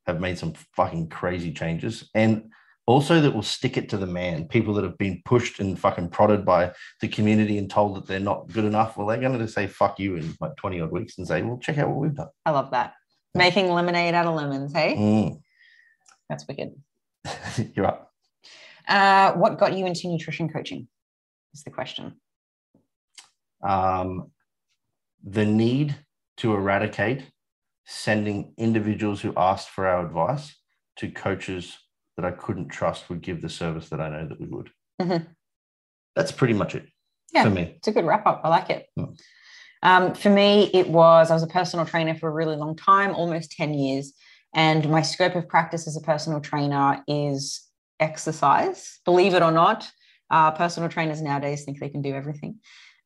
B: have made some fucking crazy changes and also that will stick it to the man. People that have been pushed and fucking prodded by the community and told that they're not good enough. Well, they're going to say fuck you in like 20 odd weeks and say, well, check out what we've done.
A: I love that. Making lemonade out of lemons, hey?
B: Mm.
A: That's wicked.
B: [laughs] You're up.
A: Uh, what got you into nutrition coaching? Is the question.
B: Um, the need to eradicate sending individuals who asked for our advice to coaches that I couldn't trust would give the service that I know that we would. Mm-hmm.
A: Mhm.
B: That's pretty much it
A: Yeah.
B: for me.
A: It's a good wrap up. I like it.
B: Mm.
A: Um, for me, it was I was a personal trainer for a really long time, almost 10 years. And my scope of practice as a personal trainer is exercise, believe it or not. Uh, personal trainers nowadays think they can do everything.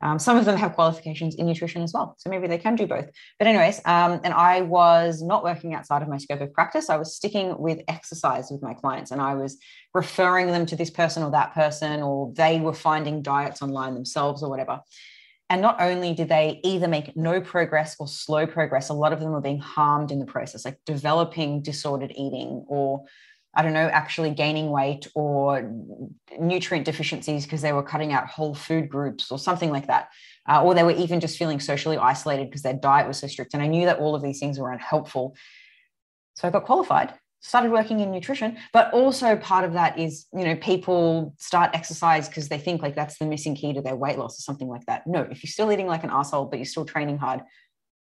A: Um, some of them have qualifications in nutrition as well. So maybe they can do both. But, anyways, um, and I was not working outside of my scope of practice. I was sticking with exercise with my clients and I was referring them to this person or that person, or they were finding diets online themselves or whatever. And not only do they either make no progress or slow progress, a lot of them are being harmed in the process, like developing disordered eating or, I don't know, actually gaining weight or nutrient deficiencies because they were cutting out whole food groups or something like that. Uh, or they were even just feeling socially isolated because their diet was so strict. And I knew that all of these things were unhelpful. So I got qualified started working in nutrition but also part of that is you know people start exercise because they think like that's the missing key to their weight loss or something like that no if you're still eating like an asshole but you're still training hard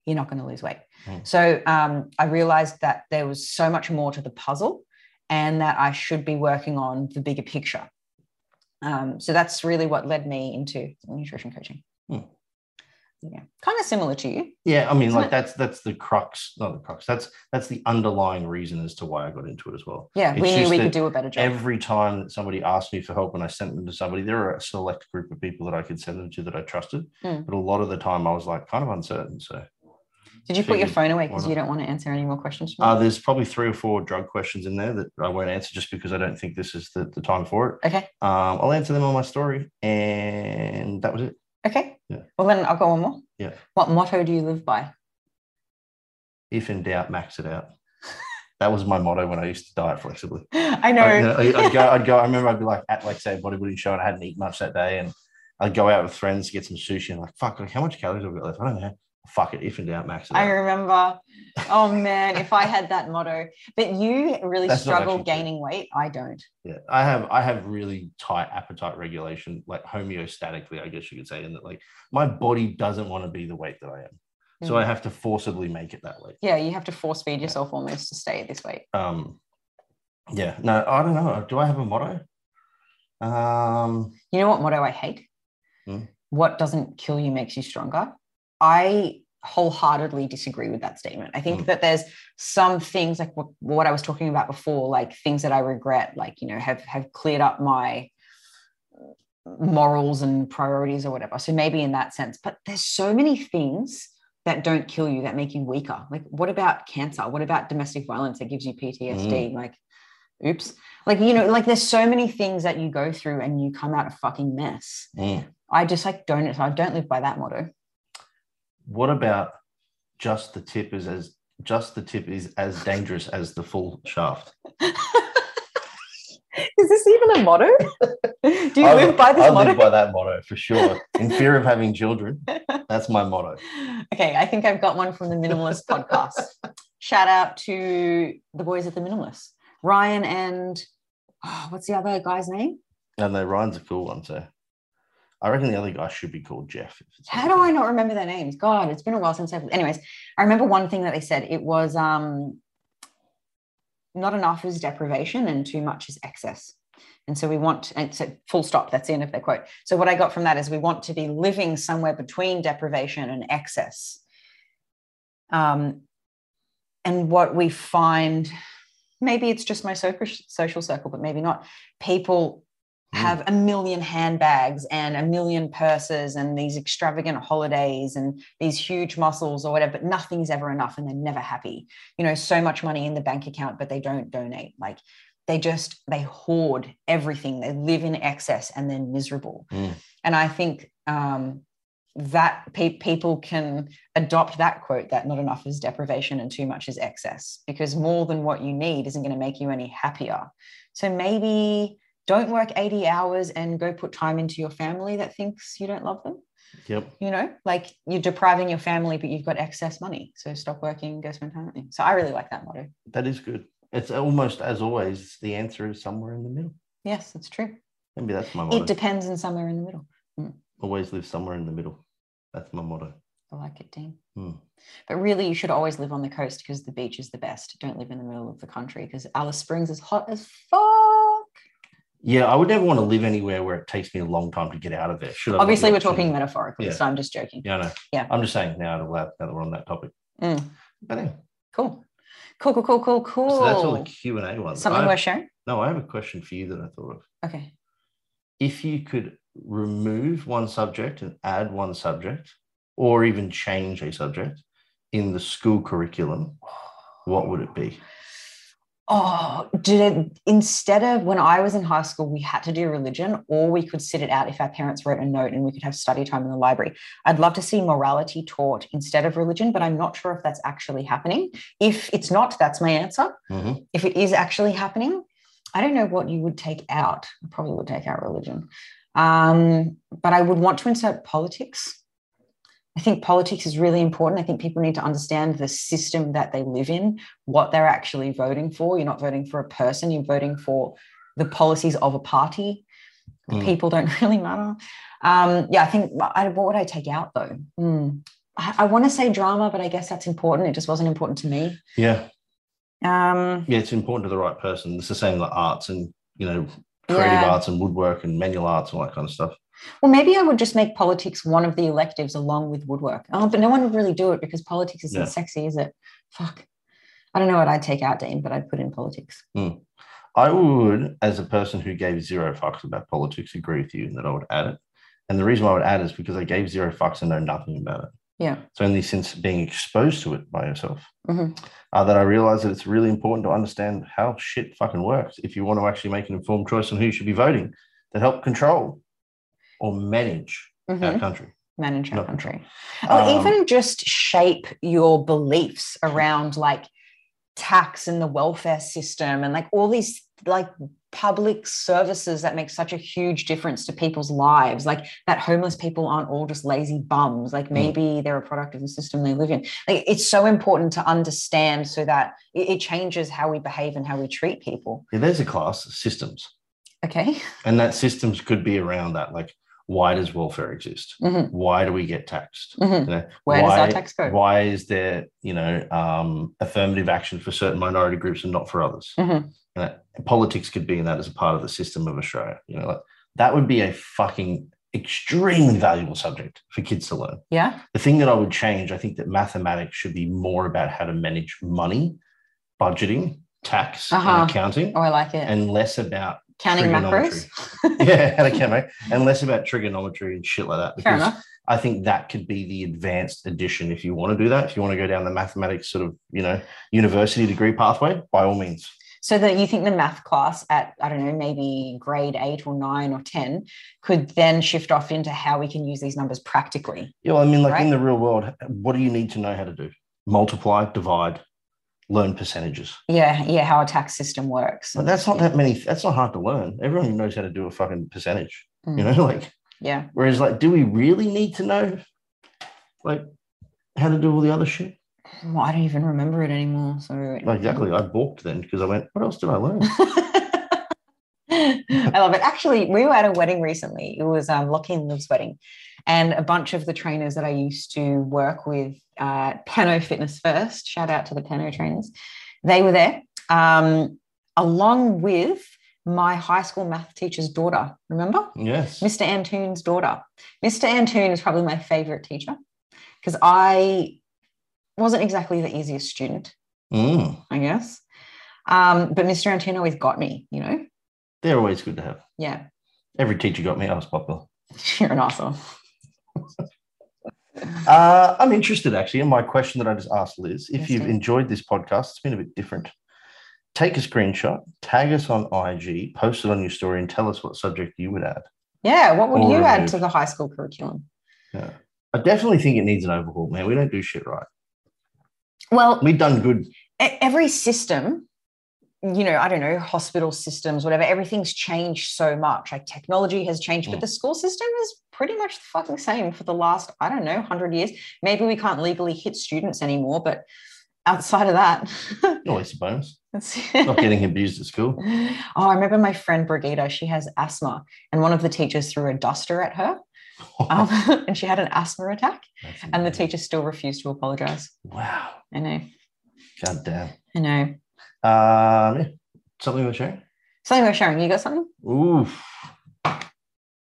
A: you're not going to lose weight mm. so um, i realized that there was so much more to the puzzle and that i should be working on the bigger picture um, so that's really what led me into nutrition coaching mm. yeah kind of similar to you
B: yeah, I mean, Isn't like it? that's that's the crux, not the crux. That's that's the underlying reason as to why I got into it as well.
A: Yeah, we knew we could do a better job.
B: Every time that somebody asked me for help and I sent them to somebody, there were a select group of people that I could send them to that I trusted. Mm. But a lot of the time, I was like kind of uncertain. So,
A: did you put your phone away because you don't want to answer any more questions?
B: Uh, there's probably three or four drug questions in there that I won't answer just because I don't think this is the, the time for
A: it. Okay.
B: Um, I'll answer them on my story, and that was it.
A: Okay.
B: Yeah.
A: Well, then I've got one more.
B: Yeah.
A: What motto do you live by? [laughs]
B: If in doubt, max it out. that was my motto when I used to diet flexibly.
A: I know.
B: I, would go, I'd go, I remember I'd be like at like say a bodybuilding show and I hadn't eaten much that day. And I'd go out with friends to get some sushi and like, fuck, like, how much calories have we got left? I don't know. Fuck it, if in doubt, max it
A: I
B: out.
A: remember. Oh man, if I had that motto. But you really
B: That's not
A: struggle
B: actually
A: gaining weight. I don't.
B: Yeah, I have I have really tight appetite regulation, like homeostatically, I guess you could say, in that like my body doesn't want to be the weight that I am, so
A: Mm.
B: I have to forcibly make it that way.
A: Yeah, you have to force feed yourself almost to stay at this weight.
B: Um, yeah, no, I don't know. Do I have a motto? Um,
A: You know what motto I hate?
B: Hmm.
A: What doesn't kill you makes you stronger. I wholeheartedly disagree with that statement. I think
B: Hmm.
A: that there's some things like what, what I was talking about before, like things that I regret, like you know, have have cleared up my morals and priorities or whatever. So maybe in that sense, but there's so many things that don't kill you that make you weaker. Like what about cancer? What about domestic violence that gives you PTSD? Like oops. Like you know, like there's so many things that you go through and you come out a fucking mess.
B: mm.
A: I just like don't I don't live by that motto.
B: What about just the tip is as just the tip is as dangerous as the full shaft?
A: [laughs] Is this even a motto? [laughs] Do you
B: I
A: live by this
B: I
A: motto?
B: live by that motto for sure. In fear of
A: [laughs]
B: having children, that's my motto.
A: okay, I think I've got one from the Minimalist podcast. Shout out to the boys at the Minimalist, Ryan and oh, what's the other guy's name?
B: And though Ryan's a cool one, so I reckon the other guy should be called Jeff. if it's
A: How do I not remember their names? God, it's been a while since I've. Anyways, I remember one thing that they said. It was um, not enough is deprivation and too much is excess. And so we want, and so full stop, that's the end of their quote. So what I got from that is we want to be living somewhere between deprivation and excess. Um, and what we find, maybe it's just my social, social circle, but maybe not, people have a million handbags and a million purses and these extravagant holidays and these huge muscles or whatever, but nothing's ever enough and they're never happy. You know, so much money in the bank account, but they don't donate. Like they just, they hoard everything. They live in excess and they're miserable.
B: Mm.
A: And I think um, that pe- people can adopt that quote that not enough is deprivation and too much is excess because more than what you need isn't going to make you any happier. So maybe don't work 80 hours and go put time into your family that thinks you don't love them.
B: Yep.
A: You know, like you're depriving your family, but you've got excess money. So stop working, go spend time with them. So I really like that motto.
B: That is good. It's almost as always, the answer is somewhere in the middle.
A: Yes, that's true.
B: Maybe that's my motto.
A: It depends on somewhere in the middle.
B: always live somewhere in the middle. That's my motto.
A: I like it, Dean.
B: Hmm.
A: But really, you should always live on the coast because the beach is the best. Don't live in the middle of the country because Alice Springs is hot as fuck.
B: Yeah, I would never want to live anywhere where it takes me a long time to get out of there. Should I not
A: Obviously,
B: be
A: we're
B: optional?
A: talking metaphorically,
B: Yeah.
A: so I'm just joking.
B: Yeah, I know.
A: Yeah.
B: I'm just saying now to lab now that we're on that topic.
A: Mm.
B: But anyway,
A: Cool. Cool, cool, cool, cool, cool.
B: so that's all the Q and A ones.
A: Oh. Something
B: I-
A: worth sharing?
B: no, I have a question for you that I thought of.
A: Okay.
B: If you could remove one subject and add one subject, or even change a subject in the school curriculum, what would it be?
A: Oh, did it, instead of when I was in high school, we had to do religion, or we could sit it out if our parents wrote a note and we could have study time in the library. I'd love to see morality taught instead of religion, but I'm not sure if that's actually happening. If it's not, that's my answer.
B: Mhm.
A: If it is actually happening, I don't know what you would take out. I probably would take out religion, um, but I would want to insert politics. I think politics is really important. I think people need to understand the system that they live in, what they're actually voting for. You're not voting for a person, you're voting for the policies of a party. The
B: Mm.
A: People don't [laughs] really matter. Um, yeah, I think I, what would I take out though? Hmm. I, I want to say drama, but I guess that's important. It just wasn't important to me.
B: Yeah.
A: Um,
B: Yeah. It's important to the right person. It's the same like arts and, you know, creative
A: yeah.
B: arts and woodwork and manual arts and all that kind of stuff.
A: Well, maybe I would just make politics one of the electives along with woodwork. Oh, but no one would really do it because politics isn't
B: Yeah.
A: sexy, is it? Fuck. I don't know what I'd take out, Dean, but I'd put in politics.
B: I would, as a person who gave zero fucks about politics, agree with you and that I would add it. And the reason why I would add is because I gave zero fucks and know nothing about it.
A: Yeah.
B: It's only since being exposed to it by yourself
A: Mhm.
B: uh, that I realized that it's really important to understand how shit fucking works if you want to actually make an informed choice on who you should be voting to help control or manage
A: Mhm.
B: our country.
A: manage our
B: Not
A: country or
B: Um,
A: Oh, even just shape your beliefs around like tax and the welfare system and like all these like public services that make such a huge difference to people's lives like that homeless people aren't all just lazy bums
B: Mm.
A: like maybe they're a product of the system they live in like it's so important to understand so that it, it changes how we behave and how we treat people
B: Yeah, there's a class systems,
A: okay [laughs]
B: and that systems could be around that. Like, why does welfare exist?
A: Mhm.
B: Why do we get taxed?
A: Mhm.
B: You know,
A: where does
B: why-
A: our tax go
B: why is there you know um, affirmative action for certain minority groups and not for others
A: Mhm.
B: You know, politics could be in that as a part of the system of australia you know like, that would be a fucking extremely valuable subject for kids to learn
A: yeah
B: the thing that i would change i think that mathematics should be more about how to manage money budgeting tax
A: Uh-huh.
B: and accounting
A: oh i like it
B: and less about [laughs]
A: counting macros
B: trigonometry. yeah how to count, right? and less about trigonometry and shit like that
A: fair
B: because
A: enough
B: I think that could be the advanced addition if you want to do that. If you want to go down the mathematics sort of, you know, university degree pathway, by all means.
A: So that you think the math class at, I don't know, maybe grade eight or nine or 10 could then shift off into how we can use these numbers practically.
B: You know, I mean, like
A: Right.
B: in the real world, what do you need to know how to do? Multiply, divide, learn percentages.
A: Yeah. Yeah. How a tax system works.
B: But that's not that many. That's not hard to learn. Everyone knows how to do a fucking percentage, you
A: Mm.
B: know, [laughs] like,
A: Yeah.
B: whereas, like, do we really need to know, like, how to do all the other shit?
A: Well, I don't even remember it anymore. So,
B: Like, exactly. I balked then because I went, what else did
A: [laughs]
B: I learn?
A: I love it. Actually, we were at a wedding recently. It was um, Lockie and Liv's wedding, and a bunch of the trainers that I used to work with, uh, Pano Fitness First. Shout out to the Pano trainers. They were there, um, along with my high school math teacher's daughter. Remember,
B: yes.
A: Mr. Antoon's daughter. Mr. Antoon is probably my favorite teacher because I wasn't exactly the easiest student,
B: Mm.
A: I guess. Um, but Mr. Antoon always got me, you know.
B: They're always good to have.
A: Yeah. [laughs]
B: Every teacher got me. I was popular.
A: You're an awesome.
B: Uh, I'm interested actually in my question that I just asked Liz. If
A: Yes,
B: you've
A: Dave.
B: enjoyed this podcast, it's been a bit different. Take a screenshot, tag us on IG, post it on your story, and tell us what subject you would add.
A: Yeah. What would
B: Or
A: you add
B: remove.
A: to the high school curriculum?
B: I definitely think it needs an overhaul, man. We don't do shit right.
A: Well,
B: We've done good.
A: e- every system, you know, I don't know, hospital systems, whatever, everything's changed so much. Like technology has changed, but
B: Mm.
A: the school system is pretty much the fucking same for the last, I don't know, 100 years. Maybe we can't legally hit students anymore, but outside of that, [laughs]
B: No waste of Oh, bonus.
A: that's
B: Not getting abused at school.
A: [laughs] Oh, I remember my friend Brigida, she has asthma, and one of the teachers threw a duster at her, um, [laughs] and she had an asthma attack.
B: That's
A: and the
B: amazing.
A: teacher still refused to apologize.
B: Wow.
A: I know,
B: God damn.
A: I know.
B: Um, yeah. Something we're sharing?
A: Something we're sharing. You got something?
B: Oof.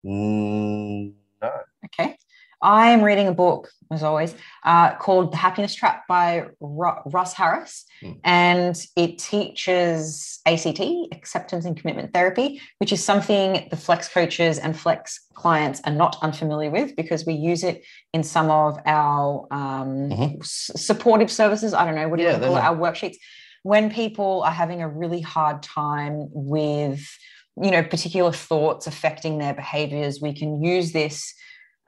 B: Mm, no.
A: Okay. I am reading a book, as always, uh, called The Happiness Trap by Ru- Russ Harris.
B: Hmm.
A: And it teaches ACT, acceptance and commitment therapy, which is something the flex coaches and flex clients are not unfamiliar with because we use it in some of our um,
B: Mhm.
A: s- supportive services. I don't know, what do
B: Mm-hmm. Yeah,
A: you
B: they're
A: call it?
B: not-
A: Our worksheets. when people are having a really hard time with you know particular thoughts affecting their behaviors we can use this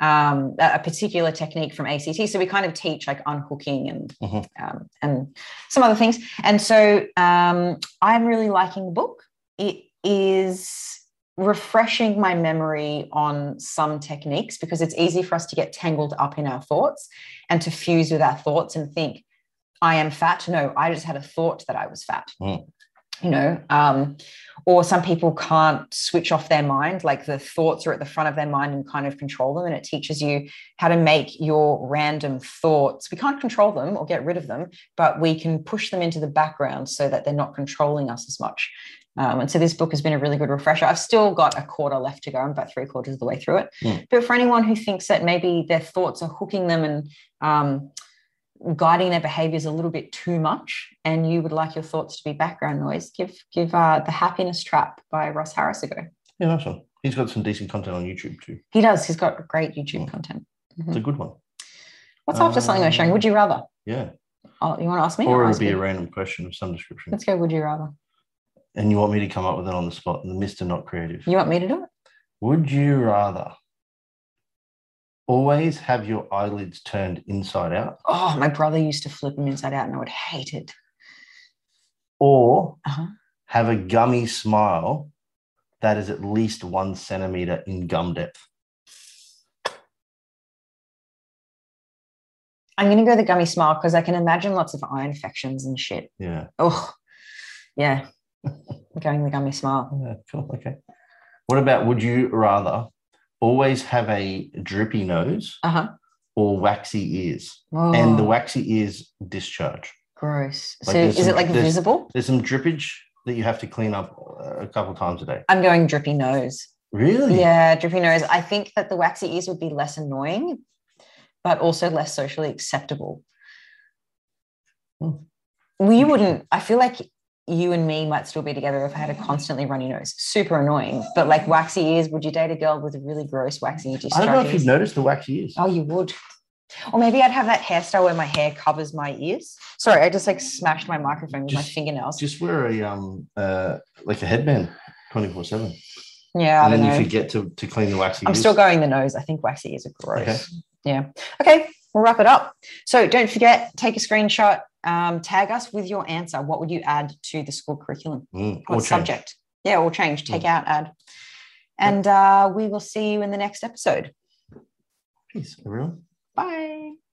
A: um, a, a particular technique from ACT. So we kind of teach like unhooking and
B: Mhm.
A: um, and some other things. And so um, I'm really liking the book. It is refreshing my memory on some techniques because it's easy for us to get tangled up in our thoughts and to fuse with our thoughts and think I am fat. No, I just had a thought that I was fat.
B: Mm.
A: You know, um, or some people can't switch off their mind, like the thoughts are at the front of their mind and kind of control them. And it teaches you how to make your random thoughts. We can't control them or get rid of them, but we can push them into the background so that they're not controlling us as much. Um, and so this book has been a really good refresher. I've still got a quarter left to go. I'm about three quarters of the way through it.
B: Mm.
A: But for anyone who thinks that maybe their thoughts are hooking them and um, guiding their behaviors a little bit too much and you would like your thoughts to be background noise give give uh, the happiness trap by ross harris a go
B: Yeah, nice one. He's got some decent content on YouTube too.
A: he does he's got great youtube
B: Mm.
A: content
B: It's a good one.
A: what's after something they're showing
B: Um,
A: would you rather
B: Yeah.
A: oh you want to ask me
B: Or
A: I'll
B: it'll
A: ask
B: be a
A: you.
B: random question of some description.
A: let's go would you rather
B: And you want me to come up with it on the spot, the Mr. Not Creative.
A: you want me to do it
B: Would you rather always have your eyelids turned inside out
A: oh my brother used to flip him inside out and i would hate it
B: or
A: Uh-huh.
B: have a gummy smile that is at least one centimeter in gum depth?
A: i'm going to go the gummy smile because i can imagine lots of eye infections and shit
B: Yeah.
A: oh yeah [laughs] I'm going the gummy smile
B: Oh, Yeah, cool. Okay. What about would you rather always have a drippy nose
A: uh-huh
B: or waxy ears?
A: oh,
B: And the waxy ears discharge.
A: gross so
B: like there's
A: is
B: some-
A: it like
B: there's-
A: visible
B: There's some drippage that you have to clean up uh, a couple times a day.
A: I'm going drippy nose.
B: Really?
A: Yeah, drippy nose. I think that the waxy ears would be less annoying, but also less socially acceptable.
B: Hmm.
A: We wouldn't, I feel like you and me might still be together if I had a constantly runny nose. Super annoying. But like waxy ears, would you date a girl with a really gross waxy ear
B: I don't know if
A: discharges?
B: you've noticed the waxy ears.
A: Oh, you would. Or maybe I'd have that hairstyle where my hair covers my ears. Sorry, I just like smashed my microphone with my
B: Just-
A: fingernails.
B: Just wear a um uh like a headband 24 7.
A: yeah, I
B: And
A: don't
B: then
A: know.
B: you forget to, to clean the waxy
A: I'm
B: ears.
A: still going the nose. I think waxy ears are gross.
B: Okay.
A: Yeah. Okay. We'll wrap it up. So don't forget, take a screenshot, um, tag us with your answer. What would you add to the school curriculum?
B: Mm,
A: What
B: or change. Mm.
A: subject? Yeah, or change. Take out, add. And uh, we will see you in the next episode.
B: Peace, everyone.
A: Bye.